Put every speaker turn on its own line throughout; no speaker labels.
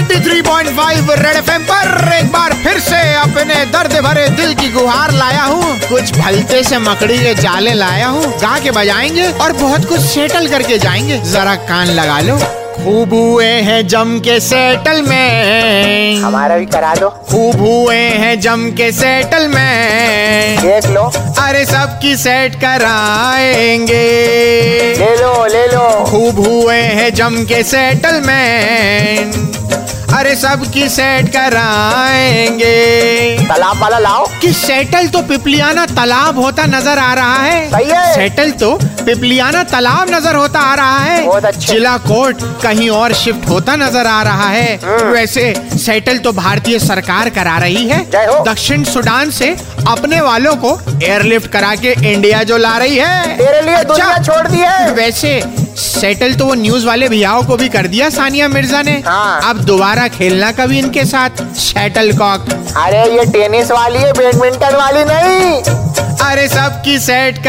103.5 red FM पर एक बार फिर से अपने दर्द भरे दिल की गुहार लाया हूँ कुछ भलते से मकड़ी के जाले लाया हूँ गा के बजाएंगे और बहुत कुछ सेटल करके जाएंगे जरा कान लगा लो खूब हुए हैं जम के सेटल में
हमारा भी करा दो
खूब हुए हैं जम के सेटल में
देख लो
अरे सबकी सेट कराएंगे
ले लो ले लो
खूब हुए हैं जम के सेटलमेंट अरे सबकी सेट कराएंगे
तालाब वाला लाओ
कि सेटल तो पिपलियाना तालाब होता नजर आ रहा है
सही है
सेटल तो पिपलियाना तालाब नजर होता आ रहा
बहुत
है
अच्छे।
जिला कोर्ट कहीं और शिफ्ट होता नजर आ रहा है
हम्म।
वैसे सेटल तो भारतीय सरकार करा रही है
जय हो।
दक्षिण सुडान से अपने वालों को एयरलिफ्ट करा के इंडिया जो ला रही है
तेरे लिए दुनिया
अच्छा।
छोड़ दी है
वैसे सेटल तो वो न्यूज वाले भैयाओं को भी कर दिया सानिया मिर्जा ने
हाँ।
अब दोबारा खेलना कभी इनके साथ शटल कॉक
अरे ये टेनिस वाली है बैडमिंटन वाली नहीं
अरे सबकी सेट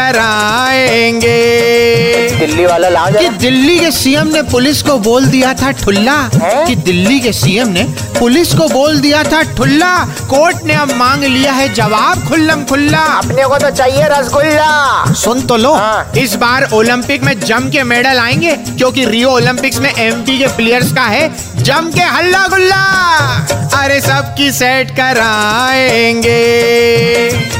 कराएंगे
दिल्ली वाला लाओ
कि
जरा
दिल्ली के सीएम ने पुलिस को बोल दिया था ठुल्ला
हैं?
कि दिल्ली के सीएम ने पुलिस को बोल दिया था ठुल्ला कोर्ट ने अब मांग लिया है जवाब खुल्लम खुल्ला
अपने को तो चाहिए रसगुल्ला
सुन तो लो
हाँ।
इस बार ओलंपिक में जम के मेडल आएंगे क्योंकि रियो ओलंपिक्स में एमपी के प्लेयर्स का है जम के हल्ला गुल्ला अरे सबकी सेट कराएंगे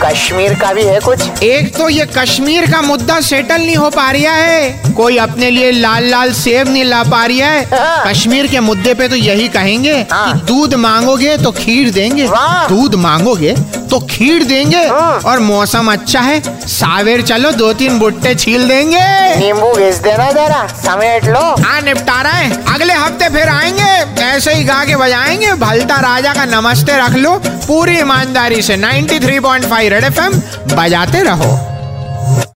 कश्मीर का भी है कुछ
एक तो ये कश्मीर का मुद्दा सेटल नहीं हो पा रहा है कोई अपने लिए लाल लाल सेब नहीं ला पा रहा है
हाँ।
कश्मीर के मुद्दे पे तो यही कहेंगे
हाँ।
कि दूध मांगोगे तो खीर देंगे
वाह।
दूध मांगोगे तो खीर देंगे
हाँ।
और मौसम अच्छा है सावेर चलो दो तीन भुट्टे छील देंगे
नींबू घिस देना जरा समेट लो
हाँ निपटारा है अगले हफ्ते फिर आएंगे ऐसे ही गा के बजाएंगे भलता राजा का नमस्ते रख लो पूरी ईमानदारी से 93.5 रेड एफएम बजाते रहो